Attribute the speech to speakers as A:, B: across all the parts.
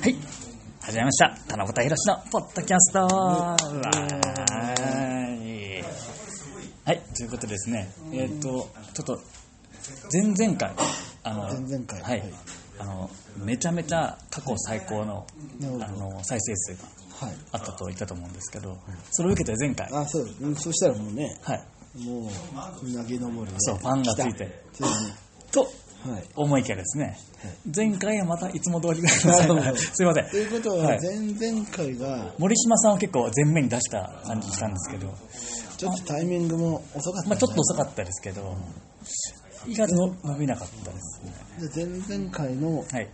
A: はい。始めました。田中宏のポッドキャスト。はーい。はい。ということでですね、えっ、と、ちょっと、前々回、あの、
B: 前々回
A: はい
B: はい。
A: あの、めちゃめちゃ過去最高の、
B: なるほど
A: あの、再生数が
B: はい。
A: あったと言ったと思うんですけど、それを受けて前回、は
B: あ、そう。うんそしたらもうね、
A: い。
B: もう、投げ登るね。
A: そうファンがついて
B: 来た。そうね。
A: と、
B: はい。
A: 思いきやですね、前回はまたいつも通りだすい
B: なるほ
A: ま
B: ど
A: せん。
B: ということは、
A: はい
B: 前々回が、
A: 森島さんは結構前面に出した感じしたんですけど、
B: ちょっとタイミングも遅かった、
A: まあ、ちょっと遅かったですけど、意外との伸びなかったですね。
B: で前々回の
A: はい、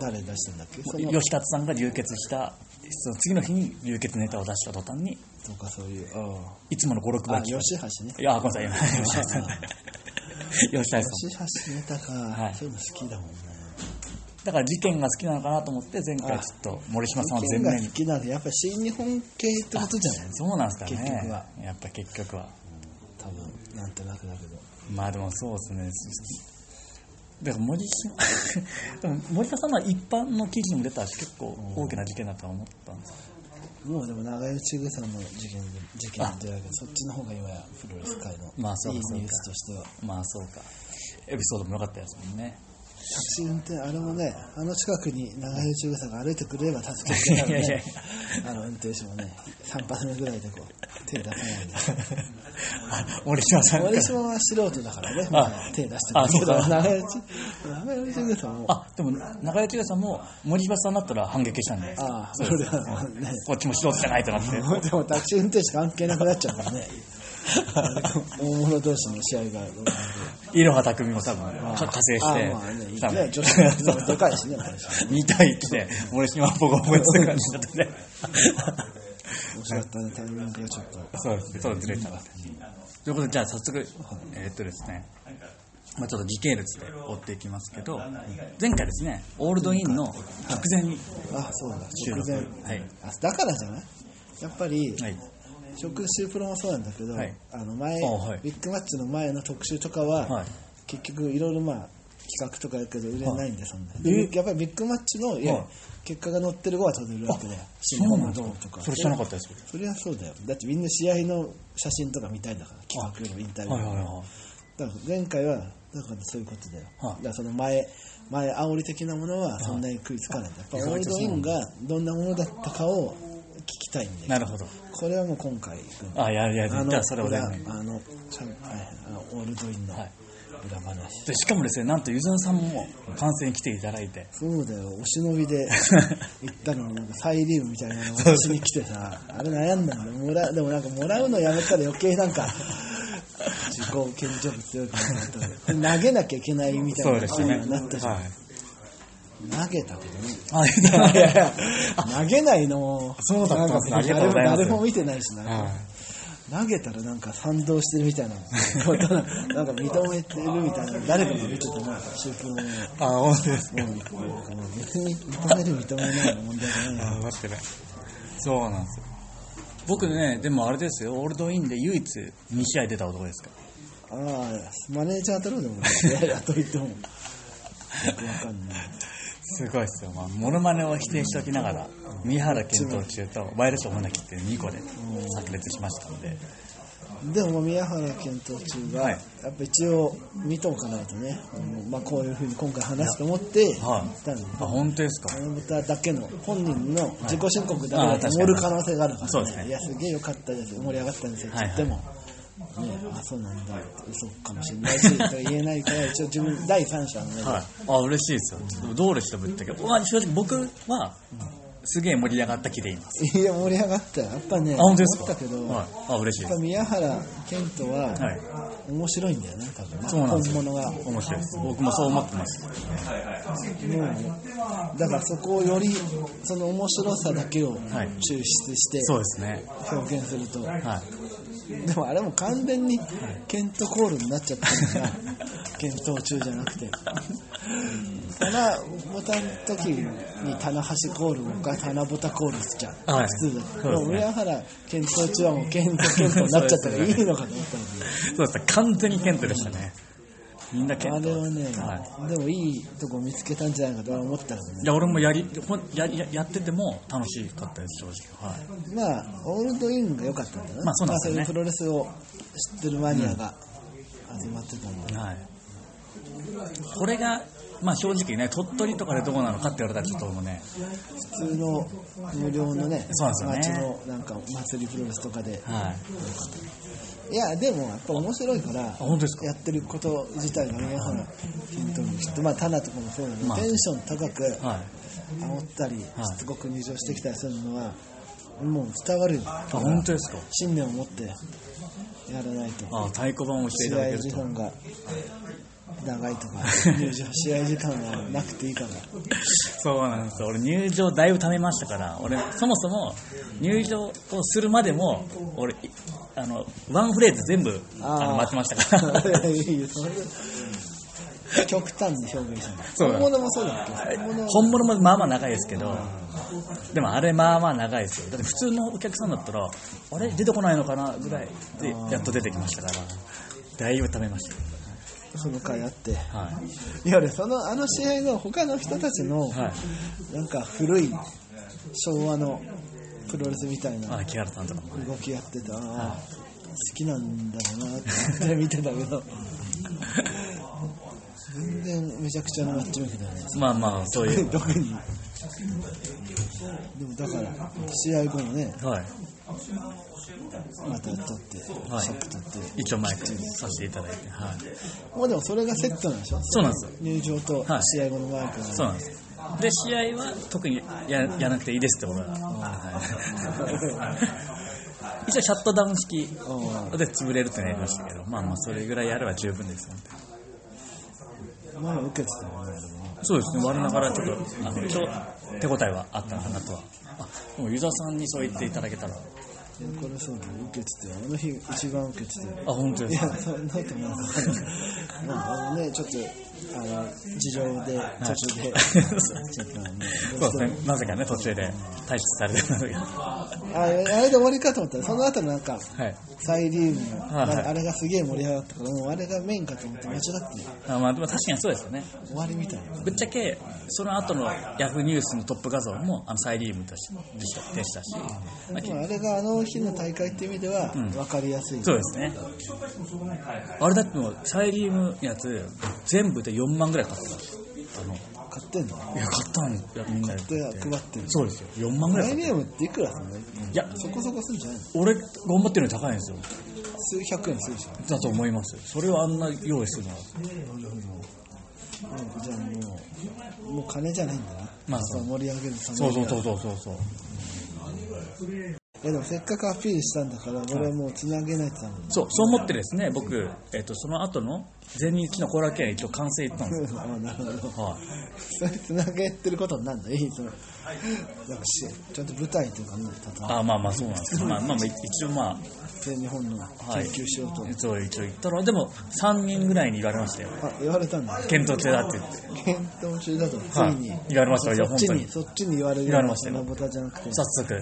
B: 誰出したんだっけその、
A: 吉達さんが流血した、その次の日に流血ネタを出した途端に、
B: とかそういう、あ
A: いつもの5、6
B: あ。あ、
A: 倍
B: 吉
A: 聞こ
B: 橋ね。
A: えいや、ごめんなさい、今、 吉達さん。吉田さん。
B: 吉橋ネタか、
A: はい
B: そういうの好きだもんね。
A: だから事件が好きなのかなと思って、前回ちょっと森島さんは前
B: 意見が
A: 面
B: 好
A: に。
B: きなんで、やっぱり新日本系ってことじゃない
A: そうなんですかね。
B: 結局は
A: やっぱ結局は。
B: 多分、なんとなくだけど。
A: まあでもそうですね。だから森島 でも森田さんは一般の記事にも出たし、結構大きな事件だとは思ったんですけど
B: もうでも長与千草の事件で事件でだけどそっちの方が今やプロレス界の
A: まあそう
B: い
A: か
B: い
A: そうか
B: ニュースとしては
A: まあそうか。エピソードも良かったですもんね。
B: タクシー運転あれもねあの近くに長与千草が歩いてくれれば助けて くれ
A: いやいや
B: た
A: い
B: のであの運転手もね3発目ぐらいでこう手出さないよ
A: あ森島さん
B: う
A: か
B: に
A: ら
B: 俺。島は素人だからねもう手出して
A: あそうか
B: 長与千長与千草も
A: あ、でも中谷千佳さんも森島さんだったら反撃したんで、
B: ああそれはね
A: こっちも素人じゃないと なって。
B: でもタクシー運転手関係なくなっちゃうか らね大物同士の試合があるから
A: いろは匠も多分、か加勢し
B: あまあね、い
A: て、
B: い
A: 多分
B: ね、女子のでかいしね、
A: 2対1で森島はボコボコにする感じだったね。
B: 面白かったね、タイミングがちょっと。
A: そうですね、ちょっとずれちゃった。ということで、じゃあ早速、えーっとですね、まあ、ちょっと時系列で追っていきますけど、前回ですね、オールドインの直前に
B: あ、そうだ、
A: 収
B: 直
A: 録、
B: 前。
A: はい、
B: あだからじゃないやっぱり、
A: はい、
B: 食週プロもそうなんだけど、
A: はい
B: あの前、
A: あはい
B: ビッグマッチの前の特集とか
A: は、
B: はい結局いろいろまあ、企画とかやるけど売れないんで、そんな。
A: え
B: でやっぱりビッグマッチの、い
A: はい
B: や、結果が載ってる後は取れるわけだよ。
A: そうなんだ
B: 新日本のとか。
A: それ知らなかったですけど
B: それはそうだよ。だってみんな試合の写真とか見たいんだから、企画のインタビュ
A: はい
B: ー
A: は
B: と
A: い
B: か
A: はいはい
B: だから前回はだからそういうことだよ、
A: はい
B: だからその前前煽り的なものはそんなに食いつかないんだ、やっぱオールドインがどんなものだったかを聞きたいんで
A: なるほど。
B: これはもう今回行くんで
A: あ、いやいや、じ
B: あ
A: ゃあそれを
B: 裏
A: ね
B: あ。のちゃんはいあのオールドインの
A: はい
B: 裏話、
A: でしかもですね、なんとゆずんさんも観戦に来ていただいて、
B: そうだよお忍び で行ったのになんかサイリウムみたいなのが私に来てさあれ悩んだんだよもらでもなんかもらうのやめたら余計なん か自己顕著物強くなった投げなきゃいけないみたいな気になったじゃん、
A: はい
B: 投げたけどね。
A: あいやいやいや
B: 投げないのも、
A: そうだったんですね
B: なんか
A: ありがとうございます
B: 誰も誰も見てないしな、
A: は
B: 投げたらなんか賛同してるみたいな、なんか認めてるみたいな、誰かが見てても、シュープロも、
A: いあ、本当ですか。
B: も う別に認める、認めないの問題じゃない
A: あ、待ってね。そうなんですよ。僕ね、でもあれですよ、オールドインで唯一2試合出た男ですから。
B: ああ、マネージャーだろうでも、いやいや、と言っても、よくわかんない。
A: すごいですよ、まあ、モノマネを否定しておきながら、三原健斗中とワイルドショーモナキっていう2個で炸裂しましたので、
B: でも宮原検討中は、
A: はい
B: やっぱ一応見ておかないとね、うんまあ、こういうふうに今回話すと思って
A: は
B: 来たんで、
A: あ、本当ですか。
B: あの豚だけの本人の自己申告だ
A: はいあ
B: け
A: ー確か
B: だと
A: に
B: 盛る可能性があるから、
A: そうですね
B: いやすげえ良かったです盛り上がったんですよって
A: はい
B: 言
A: は
B: っ
A: い
B: ても、ね、あそうなんだ嘘かもしれないしと言えないから一応自分第三者の目で、
A: はい、あ嬉しいですよ、でもどうでしたぶっちゃけ、まあ、正直僕はすげえ盛り上がった気でいます。
B: い、や盛り上がったよやっぱね
A: あ、本当ですか。
B: 思ったけど、
A: はい、あ嬉しい
B: やっ
A: で
B: ぱ
A: す。
B: 宮原健人は、
A: はい
B: 面白いんだよね多分ね
A: そうなんです
B: 本
A: よ
B: 物が。
A: 面白いです。僕もそう思ってます。
B: もうだからそこをよりその面白さだけ
A: い
B: を抽出して
A: そうですね。
B: 表現すると、
A: はい。
B: でもあれも完全にケントコールになっちゃったから 検討中じゃなくて棚ボタの時に棚橋コールが棚ボタコールしちゃう、
A: はい
B: 普通
A: そう
B: だ
A: です
B: で
A: ね
B: も宮原検討中はもうケントケントになっちゃったからいいのかと思ったのに
A: そうですね。完全にケントでしたね。みんな検
B: あ
A: 討
B: れはね、
A: はい
B: でもいいとこ見つけたんじゃないかとは思ったけど
A: い
B: ね
A: や俺もやりほんやややってても楽しかったです正直はい
B: まあオールドインが良かったんだな、
A: まあそうなんですよね
B: まあそういうプロレスを知ってるマニアが集まってたんで、
A: はい、これが、まあ、正直ね鳥取とかでどうなのかって言われたらちょっともうね
B: 普通の無料のね
A: そうなんです
B: 街
A: よね
B: のなんか祭りプロレスとかで
A: はい
B: いやでもやっぱ面白いから
A: 本当ですか
B: やってること自体が皆さんのヒントにきっとまあタナとかもそうだけど、
A: まあ
B: テンション高く
A: はい
B: 煽ったり、
A: はい
B: しつこく入場してきたりするのはもう伝わるよ
A: あ本当ですか
B: 信念を持ってやらないと
A: あ太鼓判をしてい
B: 試
A: ただけ
B: 合
A: る
B: 時
A: と
B: 間が長い とか入場試合時間がなくていいから
A: そうなんですよ俺入場だいぶためましたから俺そもそも入場をするまでも俺いあのワンフレーズ全部あの待ってましたから
B: いいよそれ極端に表現した
A: そう
B: の
A: だ
B: 本物もそうだっけ本物も
A: 本物もまあまあ長いですけどでもあれまあまあ長いですよだって普通のお客さんだったらあれ出てこないのかなぐらいでやっと出てきましたからだいぶためまし
B: その回あって
A: たはい
B: いや俺そのあの試合の他の人たちの、
A: は
B: なんか古い昭和のプロレスみたい
A: い、
B: な
A: あ木原さんとかもね
B: 動きやってた、好きなんだろうなって見てたけど全然めちゃくちゃなマッチメイクだよね
A: まあまあそう いう
B: 特にでもだから試合後もね
A: はい
B: またやっちゃって、
A: はい
B: ショック取って
A: 一応マイクさせていただいてはい
B: もうでもそれがセットなんでしょ
A: そうなんですよ
B: 入場と
A: はい
B: 試合後のマイクが、
A: そうなんですよで試合は特にややらなくていいですってことが、はい、一応シャットダウン式
B: う
A: で潰れるってなりましたけどまあまあそれぐらいやれば十分ですよ
B: まあ受けてたよねでも
A: そうですね我ながらちょっとあのちょ手応えはあったのかなとはあでもユザさんにそう言っていただけたらあ
B: いやこれそうだよ受けてたよあの日一番受けてたよ
A: 本当
B: い
A: です
B: や
A: か
B: そんなことないまああのねちょっとあの事情で途中 で、ちょっとね ど
A: そううで
B: しても
A: すねなぜかね途中で退出されて ますけど
B: ああれで終わりかと思ったらその後のなんか
A: はい
B: サイリウムの、
A: はいはい
B: あれがすげえ盛り上がったからもうあれがメインかと思って間違って
A: あまあでも確かにそうですよね
B: 終わりみたいな
A: ぶっちゃけその後のヤフーニュースのトップ画像もあのサイリウムとしてでしたでしたし、まあ
B: でもあれがあの日の大会っていう意味では
A: ん
B: 分かりやすい、
A: そうですねあれだってもうサイリウムのやつ全部で4万ぐらい買ってたんですよあのい
B: 買ってんの
A: や買ったんいやみんなで
B: で配ってる
A: そうですよ4万ぐらい
B: サイ
A: 買っ
B: リ
A: て
B: ウムっていくらすんの
A: いや
B: そこそこすんじゃないの
A: 俺が思ってるより高いんですよ
B: 数百円するでしょ
A: だと思いますそれをあんな用意するのは
B: なんかじゃあもうもう金じゃないんだな、
A: まあそう
B: の盛り上げるために
A: そうそうそうそうそうそう
B: いやでもせっかくアピールしたんだから俺はもうつなげないとダメ
A: そうそう思ってですね僕、えっとその後の全日の後楽園一応完成行ったんですよ
B: だあなるほど
A: はい
B: それつなげてることになるんだいいそのなんかしちゃんと舞台とかも立た
A: あまあまあそうなんですまあまあまあ一応まあ
B: って日本の研究しようと、
A: そう一応言ったらでも3人ぐらいに言われましたよ
B: あ言われたんだ
A: 検討中だって言って
B: 検討中だとつ
A: はい
B: いに、
A: 言われましたよい
B: そ
A: や
B: っ
A: 本
B: ち
A: 当
B: に
A: に
B: そっちに言われる
A: 言われましたよ
B: そのボタじゃなくて
A: 早速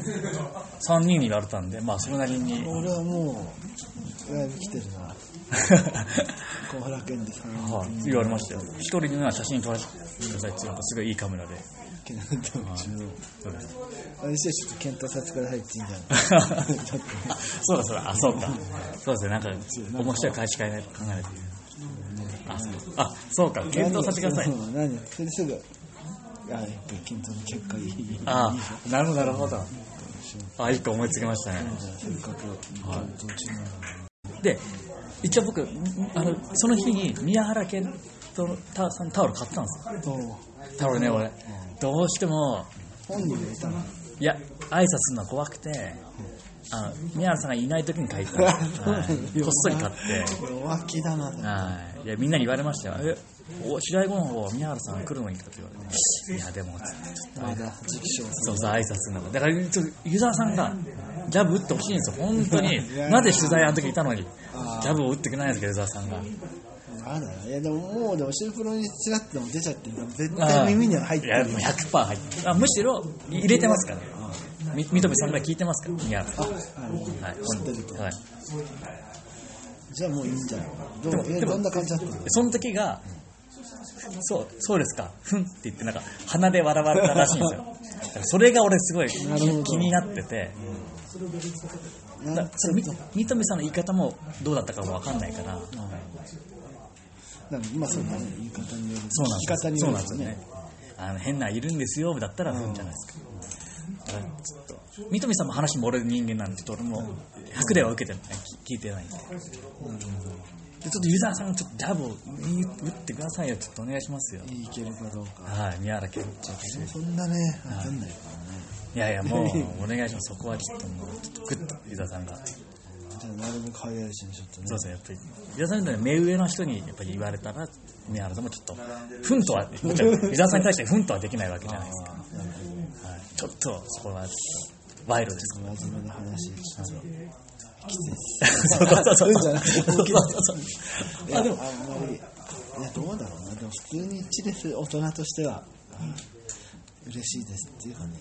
A: 3人に言われたんでまあそれなりに
B: 俺はもうライブ来てるな後楽園でさ
A: はい言われましたよ一人には写真撮らせてくださいってなんかすごいいいカメラで
B: 検討中
A: そうです
B: 私はちょっと検討させてくださいって言うんだよ
A: そうだそうだあそうかそうですねなんか面白い返し考え考えないといけないあそうあそうか検討させてください
B: 何何それですぐあやっぱり検討の結果いい
A: ああなるほどなるほどあ一個思いつきましたね
B: せっかく検討中なのに
A: で一応僕んあのその日に宮原健とタさんタオル買ったんですよ
B: と
A: タオルね俺どうしても
B: 本人がいたの
A: いや挨拶するのが怖くてあの宮原さんがいない時に書いた、 はい、こっそり買って
B: 弱気だな
A: はいいやみんなに言われましたよえお試合後の方宮原さん来るのにとかって言われていやでもつって
B: まだ時期尚
A: そうそう挨拶するのがだからちょっと湯沢さんがジャブ打ってほしいんですよ本当に
B: いや
A: なぜ取材あの時いたのにジ
B: あー
A: ャブを打ってくれないんですけど湯沢さんが
B: まだいやでももうでもシルプロにちらっとでも出ちゃってるから絶対耳には入って
A: いや
B: る
A: もう100%入ってるあむしろい入れてますからねみ三富さんが聞いてますから宮原さん
B: あなるほど
A: はい
B: 知ってると
A: はい
B: じゃあもういいんじゃないどうえどんな感じだったの
A: その時が、そう、そうですか、ふんって言って、なんか鼻で笑われたらしいんですよ。だからそれが俺すごい気
B: なるほど
A: 気になってて、
B: な
A: だ
B: ん
A: そのみ三富さんの言い方もどうだったかもわかんないから、
B: なんかまあそうだね言い方による
A: そうなんです
B: 聞き方に
A: そ
B: よ
A: うな
B: る
A: んですよね。あの変ないるんですよだったらふんじゃないですか。だからちょっと三富さんも話も俺の人間なんで、ちょっと俺も100では受けてない、聞いてないんで。でちょっとユーザーさんがちょっとジャブを打ってくださいよ、ちょっとお願いしますよ。
B: いけるかどうか
A: はい、宮原健一です。
B: そんなねわかんないからね
A: いやいや、もう、お願いします。そこはちょっともう、ちょっとグッと、ユダさんが。そう
B: じゃあなるべく早いうちにちょっとね
A: ですね、やっぱり。ユダさんみたいな目上の人に、やっぱり言われたら、宮原さんもちょっと、ふんとは、もちろん、ユダさんに対してふんとはできないわけじゃないですか。はい、ちょっと、そこは、賄賂です。
B: 真面目な話ちょっと
A: そうそうそう。
B: うんじゃなくて
A: そうそう
B: い
A: そう。
B: や
A: あ、
B: あん
A: でも、
B: まりいやどうだろうなでも普通に一致です大人としては嬉しいですっていうかね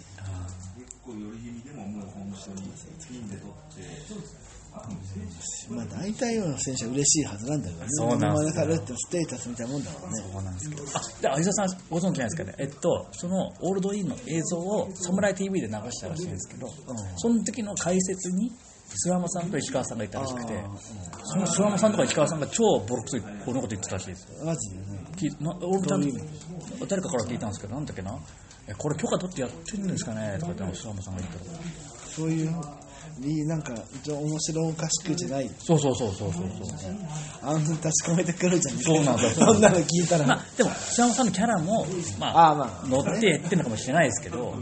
B: まあ大体の選手は嬉しいはずなんだけどね
A: そうなんですよ
B: 生まれされるってステータスみたいなもんだからね
A: そうなんですけど。あ、で、あユダさん、ご存知ないですかね。えっと、その、オールドインの映像を、サムライ TV で流したらしいんですけど、その時の解説に、諏訪間さんと石川さんがいたらしくて、その諏訪間さんとか石川さんが超ボロクソにこのこと言ってたらしいですよ。
B: マジでね
A: きな俺もちゃんと誰かから聞いたんですけど、なんだっけな、えこれ許可取ってやってるんですかねとか言って、諏訪間さんが言ったら、
B: そういうになんか一応面白おかしくじゃない
A: そうそうそうそうそうそう。
B: あんな確かめてくるじゃん
A: そうなんだよ
B: そんなの聞いたら、
A: まあ、でも、諏訪間さんのキャラも、ま
B: あーま
A: あ
B: あ、
A: 乗ってやってるのかもしれないですけど、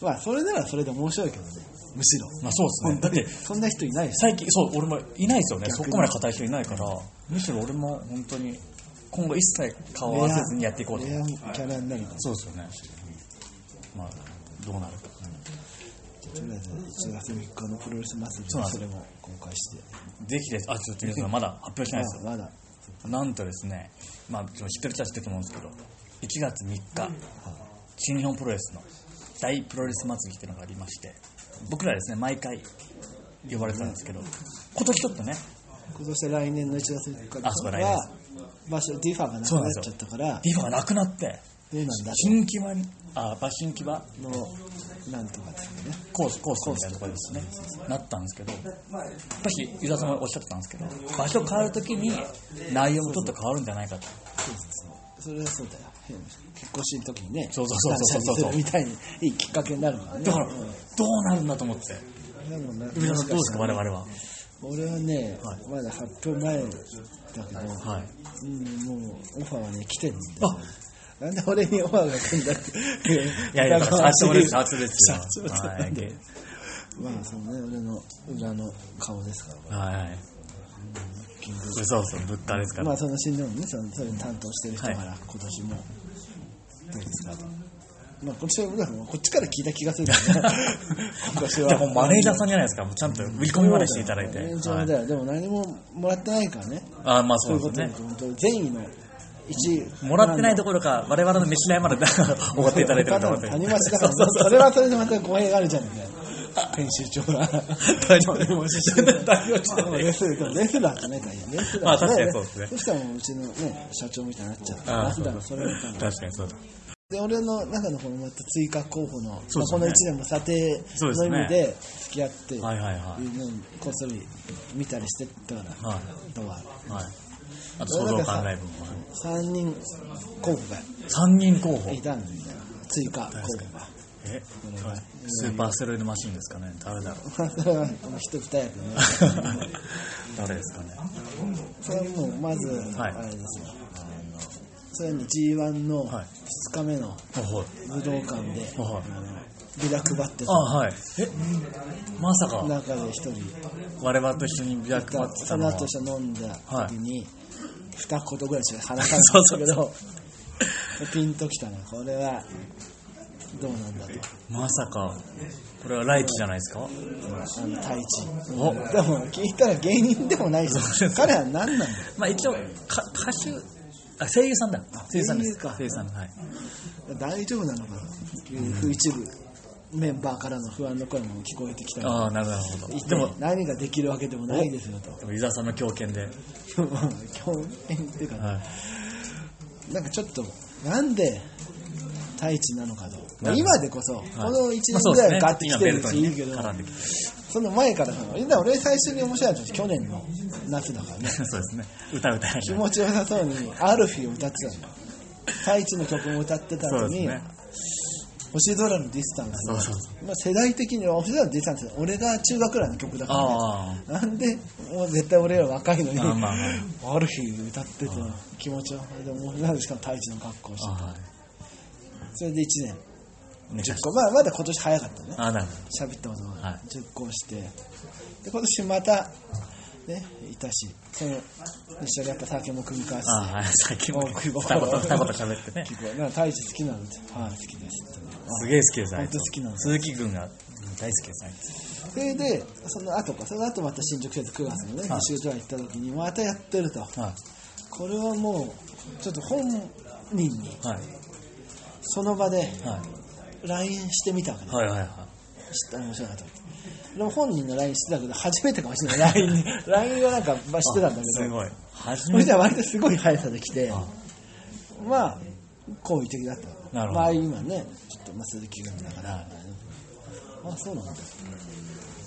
B: まあそれならそれで面白いけどねむしろ
A: まあそうですね。だって、
B: そんな人いないし
A: 最近、そう、俺もいないですよね。そ
B: 逆に
A: こまで硬い人いないから、むしろ俺も本当に、今後一切顔を合わせずにやっていこうと
B: レアキャラになるから
A: そうですよね。まあ、どうなるか。
B: とりあえず1月3日のプロレス祭り
A: そうな
B: で
A: んです
B: それも公開して
A: ぜひです。あ、ちょっと皆さんまだ発表してないですよ。
B: まあまだ
A: なんとですね、まあ、知ってる人は知ってると思うんですけど、1月3日、新日本プロレスの大プロレス祭りっていうのがありまして、僕らですね、毎回呼ばれてたんですけど、今年ちょっとね、
B: 今年は来年の1月3日
A: あそうだ
B: から
A: 来
B: は場所ディファがなく
A: そうな
B: な
A: ん
B: っ
A: です
B: ちゃ
A: よ
B: ったから
A: リファがなくなって、
B: どうなんだ
A: 新木場に、あ、馬新木場
B: のなんとかですね
A: コース、コースみたいなところですね、なったんですけど、私、湯田さんもおっしゃってたんですけど、場所変わるときに内容もちょっと変わるんじゃないかと。
B: そうそうそうそれはそうだよ変な結婚式の時にね
A: そうそうそうそうそう
B: 断捨離するみたいにいいきっかけになるからね
A: だから、ど
B: うん
A: うなるんだと思って。
B: でもね
A: 湯田さんどうですか、我々は。
B: 俺はね、
A: はい
B: まだ発表前だけど、
A: はい。
B: うん、もうオファーはね来てるんで
A: あ
B: なんで俺にオファーが来るんだって
A: いやいや、だから社長 です、社
B: ま
A: 長です よ。
B: 社長
A: は
B: なんで
A: い。
B: あそのね俺の裏の顔ですから
A: はい。
B: キング
A: そうそう、物価ですか
B: ま
A: ら
B: あ。その新日本ねそのそれに担当してる人から、
A: は
B: 今年もどうですかとまあ今年はだからこっちから聞いた気がするけ どね今年
A: じゃあもうマネージャーさんじゃないですか、もうちゃんと売り込みまでしていただいて。
B: マネージャーだ
A: はい
B: よでも何ももらってないからね
A: あまあ
B: そ
A: そう
B: いううこ
A: です
B: と
A: ね
B: で。本当に善意の一
A: もらってないどころか、我々の飯代まで おごっていただいてると 思って。
B: 谷町だから、それはそれでまた語弊があるじゃんみたいな。編集長が。
A: 大丈夫です。 大丈夫です
B: レスレスラーってね、大変レスラー
A: まあ確かにそうですね
B: そしたらもううちのね、社長みたいになっちゃって、
A: あ
B: ラ
A: あ
B: ス
A: そう
B: だからそれみたいな。
A: 確かにそうだ。
B: で、俺の中のこのまた追加候補の、まあ
A: そうです
B: こ
A: ね
B: の1年も査定
A: そうです
B: の
A: ね
B: 意味で付き合って、
A: はいはいは
B: いうのをこっそり見たりしてったから、
A: い。はい。
B: とは。
A: はい。あと、想像感ない分も。
B: 3人候補が
A: 3人候補
B: い。たんだよ、追加候補が。
A: えスーパーステロイドマシンですかね誰だろう
B: それは人二役ね。
A: 誰ですかね
B: それはもうまず、
A: はい
B: あれですよ。それに G1 の
A: はい
B: 2日目の
A: ほう
B: 武道館で、
A: ほうはい
B: ビラ配って
A: あ
B: た
A: はいえまさか
B: 中で一人い
A: 我々と一緒にビラ配
B: た
A: ってた
B: そ
A: の
B: の
A: は
B: 後
A: そ
B: 一緒に飲んだ時に、二言ぐらいしか話さなかったけど、ピンときたな、これはどうなんだと。
A: まさかこれは来期じゃないですか
B: あの太一。
A: お
B: でも聞いたら芸人でもないし、彼は何なんだ
A: まあ一応か歌手あ声優さんだ
B: あ
A: 声優さんです
B: 声優か
A: 声優さんはい
B: 大丈夫なのかな、一部メンバーからの不安の声も聞こえてきたの
A: ああ、なるほ
B: で
A: ど。
B: で
A: で
B: も
A: も、
B: 何ができるわけでもないですよと
A: でも湯沢さんの強肩で。
B: 今日っていうか、
A: はい
B: なんかちょっとなんで太一なのかと、ま
A: な
B: あ
A: るほど
B: 今でこそ、
A: は
B: こ
A: い
B: の1年
A: まあそう
B: ぐ
A: です
B: ら
A: ね
B: いガッてきてるうちいいけ
A: 今ベルト
B: ど、
A: にね絡んできて
B: その前からさだから俺最初に面白いのは去年の夏だから ね
A: そうですね。歌歌えない
B: 気持ちよさそうに「アルフィー」を歌ってたのよ太一の曲も歌ってた
A: そ
B: 後
A: うで
B: に、
A: すね。
B: 星空のディスタンス
A: そうそう
B: まあ、世代的には星空のディスタンス俺が中学くらいの曲だから、ね、
A: あ
B: なんで、もう絶対俺ら若いのに、
A: あーまあ
B: ある日歌ってて、気持ちは、でもなんでしかも太一の格好を
A: あ、
B: して、
A: あ
B: それで1年、
A: あ、ね、
B: 10個、まあ、まだ今年早かったね、
A: ああ、なる
B: 喋ったこと
A: は
B: が
A: い
B: 10個して、で今年また、ね、いたし、その一緒にやっぱ酒も組み交わ
A: ほど。ああ、は
B: し
A: い。さっき
B: て、
A: も
B: もう
A: 二
B: 食
A: 言、
B: いぼ
A: 二言喋ってね。
B: 結構なんか太一好きなのって、はい、好きですって、
A: すげえ好きです、あいつ
B: 本当好きなんです
A: 鈴木軍が大好きです、あいつ。
B: それで、その後か、その後また新宿節9月のね、
A: はい
B: 2週くらい行った時に、またやってると。
A: は
B: これはもうちょっと本人に
A: い。はい。
B: その場で
A: はい。
B: LINE してみたわけね
A: はいはいは
B: 知った面白かったでも本人の LINE してたけど初めてかもしれない LINE に LINE はなんかまあ
A: い。
B: してたん
A: あ
B: だけ
A: す
B: ど
A: ごい。初
B: それ
A: め
B: じ
A: て。
B: ゃ割とすごい速さで来て
A: あ
B: まあ好意的だった
A: なるほど
B: まあ今ねちょっとまあ鈴木君だからあそうなんだ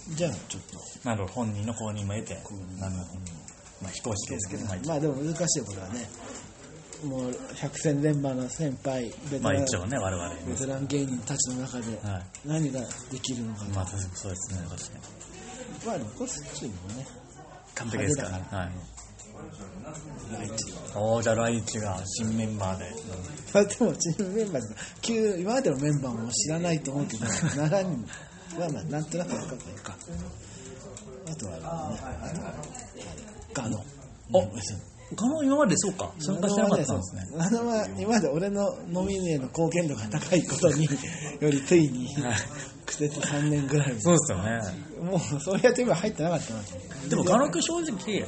B: じゃあちょっと
A: なるほど、本人の公認も得て。なるほど。まあ、非公式ですけど、まあ、
B: まあでも難しいことはねもう百戦錬磨の先輩ベテ
A: まあ
B: ラン
A: 一応ね、我々
B: ベ
A: ね。
B: テラン芸人たちの中で
A: はい。
B: 何ができるのかな、
A: まあ、そうですね、確かに。
B: まあ、コスチュームもね、
A: 完璧ですからね。はい。
B: 来日
A: おー、じゃあ来日が新メンバーで。
B: まあ、でも、チームメンバーとか、旧今までのメンバーも知らないと思うけど、7人、まあまあ、なんとなく分かったいいか。あとはあれだね、あとは、ガノ。
A: お他の今までそうか、参加してなかったんですね。
B: ガノは、今まで俺のノミネへの貢献度が高いことに、よりついに
A: はい、
B: 苦節3年ぐらい。
A: そうですよね。
B: もう、そうやって今入ってなかったなと思って。
A: でも画力正直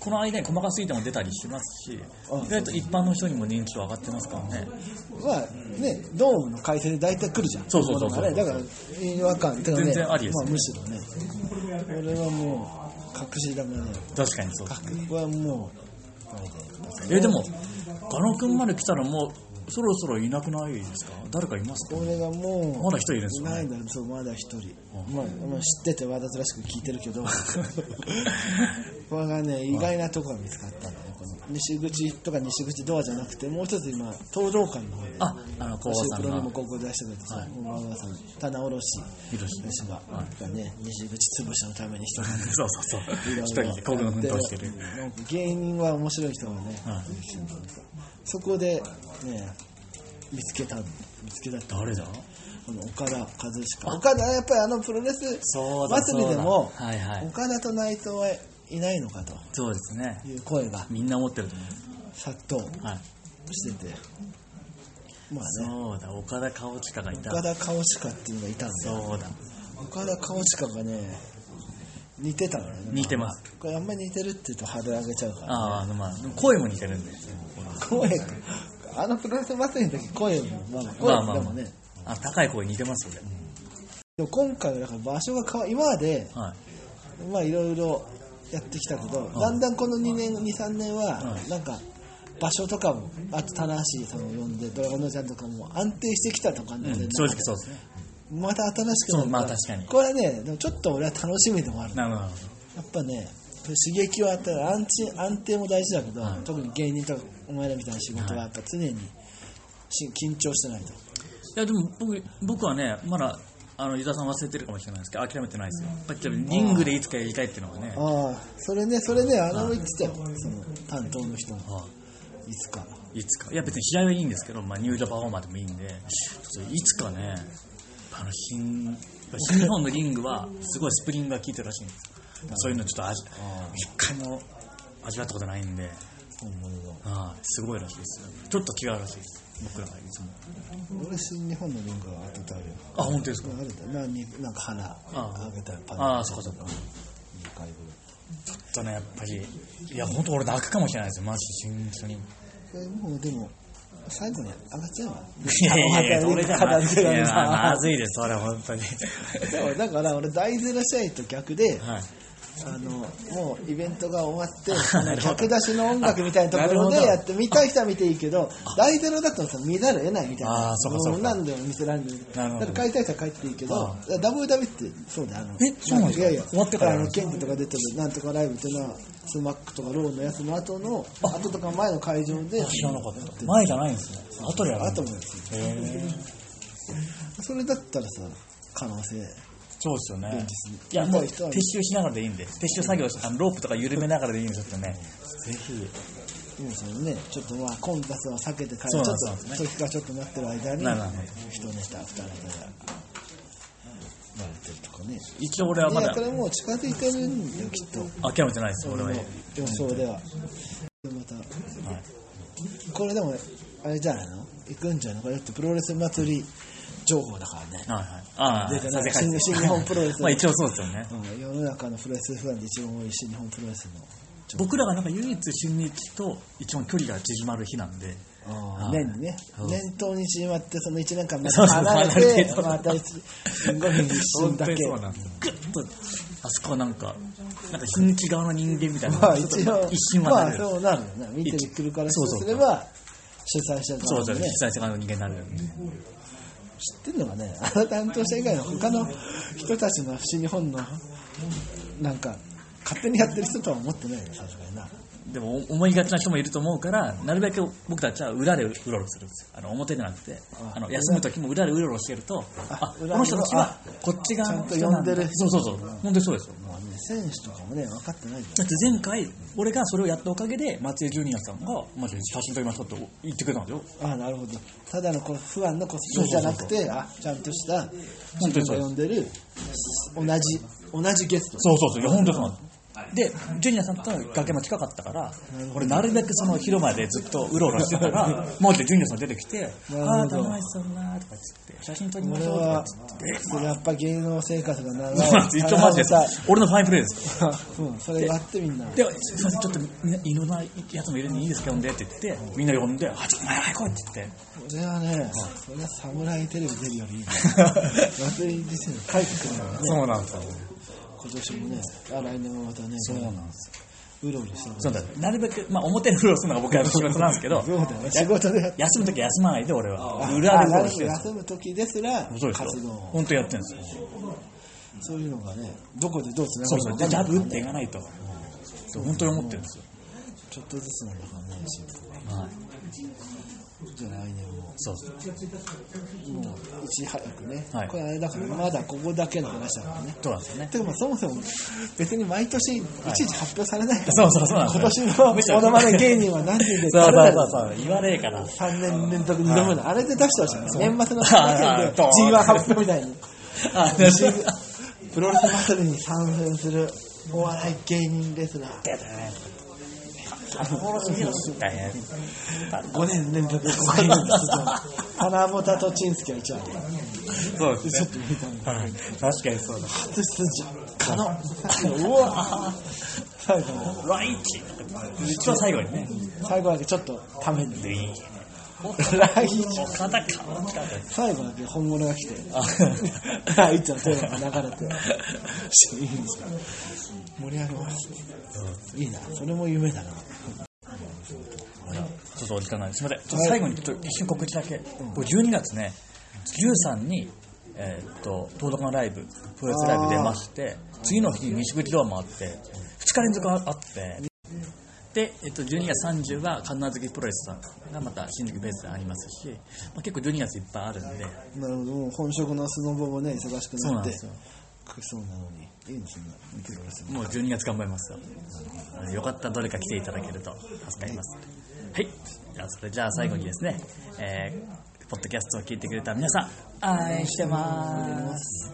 A: この間に細かすぎても出たりしますし
B: あ
A: 意外と一般の人にも認知度上がってますからね
B: まあね、ドームの改正で大体来るじゃん。
A: そうそうそうそう
B: あれだから、違和感ってかね、
A: 全然ありです
B: まあむしろね、これはもう、隠し玉ね、
A: 確かにそう
B: 隠これはもう、あれだよ
A: えでも画野君まで来たらもうそろそろいなくないですか誰かいますか
B: これがもう、
A: まだ一人いるんですよね
B: ないんだろうそう、まだ一人。まあ、まあ、知っててわざとらしく聞いてる けど、これがね、意外なとこが見つかったんだね、この西口とか西口ドアじゃなくて、もう一つ今、東道館の方で。
A: ああの高尾さ
B: プ
A: ん
B: ロに
A: が
B: も高校出してくれてさ、
A: はい
B: 小川さん、棚卸し。
A: 広し
B: ですが、
A: は
B: がね、西口潰しのために人が
A: そうそうそう
B: いろいろ
A: 一人で孤軍奮闘してる
B: なんか芸人は面白い人がね、
A: はい
B: そこでね、見つけたの見つけたって、
A: 誰だ
B: この岡田和彦。岡田はやっぱりあのプロレス
A: そうだ
B: 祭りでも、
A: そうだはいはい
B: 岡田と内藤はいないのかと
A: そうですね
B: いう声が
A: みんな思ってると思
B: 殺到
A: う、はい、
B: してて、まあね、
A: そうだ岡田顔近がいた
B: 岡田カオシカっていうのがいたんだよ。
A: そうだ
B: 岡田顔近がね似てたのよね
A: 似てます
B: これあんまり似てるって言うと肌上げちゃうから
A: あーあのまあ声も似てるんで
B: 声があのプロレス祭りの時声もまあまあ
A: ま
B: 声
A: あまあ
B: で
A: ま
B: も
A: あ
B: ね
A: あ高い声似てますよね、
B: でも今回はだから場所が変わ今まで
A: はい
B: まあいろいろやってきたけどだんだんこの2年23年は
A: うん
B: なんか場所とかもあと棚橋さんを呼んでドラゴンのちゃんとかも安定してきたとか
A: う
B: ね
A: ん、正直そうですね
B: また新しくな
A: そうまあ確かに
B: これはねでもちょっと俺は楽しみでもある
A: なるほど
B: やっぱね、刺激を与える安心安定も大事だけど、特に芸人とかお前らみたいな仕事はやっぱ常にし緊張してない
A: い
B: と。
A: やでも僕僕はねまだあの伊沢さん忘れてるかもしれないですけど諦めてないですよやっぱりでもリングでいつかやりたいっていうのはね
B: ああ、それね、それね、あの言ってたよ、その担当の人が、いつか。
A: いつかいや別に試合はいいんですけど、まあ、ニュージャパフォーマーでもいいんでちょっといつかねあの新やっぱ新日本のリングはすごいスプリングが効いてるらしいんですよそういうのちょっと味一回も味わったことないんで
B: 本物の
A: はいすごいらしいですよちょっと違うらしいです僕らがいつも
B: 俺、新日本のリングは当てたよ。
A: あ本当ですか
B: あれだなになんか花あげたらパ
A: ああそっかそっか
B: 二回ぐらい
A: ちょっとねやっぱりいや本当俺泣くかもしれないですよマジで新日に
B: これもうでも最後に上がっちゃうわ。
A: いやいやい や、それじゃまずい。いやま
B: さ。
A: ずいです、それ、本 当に。
B: でもだから俺大ゼロ試合と逆で、
A: はい。
B: あのもうイベントが終わって
A: なるほど
B: 客出しの音楽みたいなところ
A: あなるほど
B: でやって見たい人は見ていいけど大ゼロだとさ見ざるを得ないみたいな
A: あーそうかそうか
B: も何でも見せられる
A: なるほど
B: だから帰りたい人は帰っていいけど
A: あ
B: WW ってそうだよあの
A: えそうなんですか
B: いやいや
A: 終わってから
B: あのケンジとか出てるなんとかライブっていうのはスマックとかローのやつの後の後とか前の会場で
A: 知らなかった。前じゃないんですね。後でやる。
B: 後もやつ
A: へー
B: それだったらさ可能性
A: そうですよね。
B: 現
A: い
B: 実
A: や、
B: に
A: もう撤収しながらでいいんで。撤収作業しあのロープとか緩めながらでいいんで、ちょっとね。ぜひ。
B: でもそのねちょっとまあ混雑は避けて帰るち
A: そ
B: ょ
A: う
B: っ
A: なんです
B: と時がちょっとなってる間に
A: なるほど
B: 人ネタ二ネタが生まれてるとかね
A: 一応俺はま
B: い
A: だ
B: やこれもう近づいてるんだよきっと
A: 諦めてないです、俺は。
B: 俺
A: は
B: の予想ではでまた
A: い
B: これでもあれじゃないの行くんじゃないのこれだってプロレス祭り情報だからね、
A: はいはい。ああ、
B: で
A: 再生回数
B: 新日本プロレス
A: まあ一応そうですよね。
B: うん、世の中のプロレスファンで一番多いし日本プロレスの
A: 僕らがなんか唯一新日と一番距離が縮まる日なんで。
B: あー年にね
A: うん
B: 年頭に縮まってその1年間ま
A: そう
B: た
A: そう
B: 離
A: 離れて
B: れてまた5年 一瞬だけ
A: そうなんですグッとあそこはなんかなんか新日側の人間みたいな、
B: まあ一応
A: 一瞬はなる、
B: まあそうなるよね見てくるからすれば主催者
A: そう
B: 側
A: そう
B: の
A: 主
B: ね
A: 催者側の人間になるよね
B: 知ってんのがねあの担当者以外の他の人たちの新日本のなんか勝手にやってる人とは思ってないよさすがにな
A: でもお思いがちな人もいると思うからなるべく僕たちは裏でうろうろするんですよあの表じゃなくて
B: あ
A: あの休む時も裏でうろうろしてるとあ
B: あ
A: この人たちはこっち側の人なんだ
B: ちゃんと呼んでる
A: そうそうそう本当にそうですよ
B: まあね選手とかもね分かってないよ
A: だって前回俺がそれをやったおかげで松江ジュニアさんが「マジで写真撮りましょう」って言ってくれたんですよ
B: ああなるほどただのこう不安のコスプレじゃなくてあちゃんとした
A: 本当に
B: 自
A: そう
B: 分
A: で
B: が
A: す
B: 呼んでる同じ同じゲスト
A: そうそうそう、いや本当そうなんです。で、ジュニアさんとの崖も近かったから、俺なるべくその広間でずっとうろうろしてたら、マジでジュニアさん出てきて、
B: ほど
A: ああ、楽しそうだなーとか言って、写真撮りま
B: 俺
A: しょうとか
B: は
A: っつって。
B: それやっぱ芸能生活が長い
A: そう なんです、一応マジで
B: さ、
A: 俺のファインプレーです。
B: うん、それやってみんな
A: で、すいません、ちょっとみんな、犬のやつもいるんでいいですか、呼んでって言って、みんな呼んで、あ、ちょっと前来い来いって言って。
B: 俺はねそれは侍テレビ出るよ りいいね祭り自身帰ってくるのがね
A: そうなんですよ。
B: 今年もねあ来年もまたねそうなんですうろうろしてる
A: そうなんです。なるべく、まあ、表にフロするのが僕らの仕事なんですけど、
B: そうだね仕事でやって
A: 休むとき休まないで、俺は。
B: あ
A: 裏で
B: な
A: 動
B: る
A: い
B: ほ
A: てるんで
B: ど
A: すよ。
B: 休む時ですら
A: そうですよ
B: 活動を
A: 本当やってるんですよ。
B: そういうのがねどこでどうつな
A: そうそう、
B: がるの
A: で
B: か
A: ジャブ打っ
B: ね
A: ていかないと。そう本当に思ってるんですよ。
B: ちょっとずつなんだからね進歩
A: はい。
B: じゃあ来年も
A: そうそう。
B: もういち早くね、
A: はい
B: これあれだからまだここだけの話だからね
A: そうなんですよね。
B: てかまあそもそも別に毎年いちいち発表されないから、
A: そうそうそうなん
B: 今
A: です
B: 年
A: よ
B: のモノマネ芸人は何人で誰々
A: そう。言われえから。そ
B: 3年連続に挑むの、あれで出してほしいな年末の
A: あ
B: 最
A: ー
B: 後で
A: あー
B: G1 発表みたいに
A: あー
B: プロレスバトルに参戦するお笑い芸人レスラー
A: うだね。あの頃見ろ大変。
B: 5年連続で5人出場花本とチンスケは一番
A: そうで
B: ちょ
A: す
B: っと
A: ね。
B: 見たの
A: はい確かにそうだ。
B: 初出場可能うわ最後の
A: ライチ一番最後にね。
B: 最後だけちょっとために
A: でいい。
B: 来日
A: 岡田か。
B: 最後だけ本物が来て
A: あ
B: はい、いつもテーマが流 れて、いいんですか盛り上げます。いいな、それも夢だな。
A: ちょっとお時間ない。すみません。ちょっと最後にちょっと一瞬告知だけ。これ12月ね、13に、えーっと、東読のライブ、プロレスライブ出まして、次の日、西口ドアもあって、2日連続ああって、で、えっと、12月30は神奈月プロレスさんがまた新宿ベースでありますし、まあ、結構12月いっぱいあるんで、
B: なるほど、もう本職のスノボもね、忙しく
A: そう
B: な
A: なん
B: っ
A: で
B: て
A: すよ、
B: くそうなのに、いいの、そんな、プロレスも
A: もう12月頑張りますよ。あのよかったらどれか来ていただけると助かります。はい。じゃあ、それじゃあ最後にですね、えーポッドキャストを聞いてくれた皆さん、愛してます。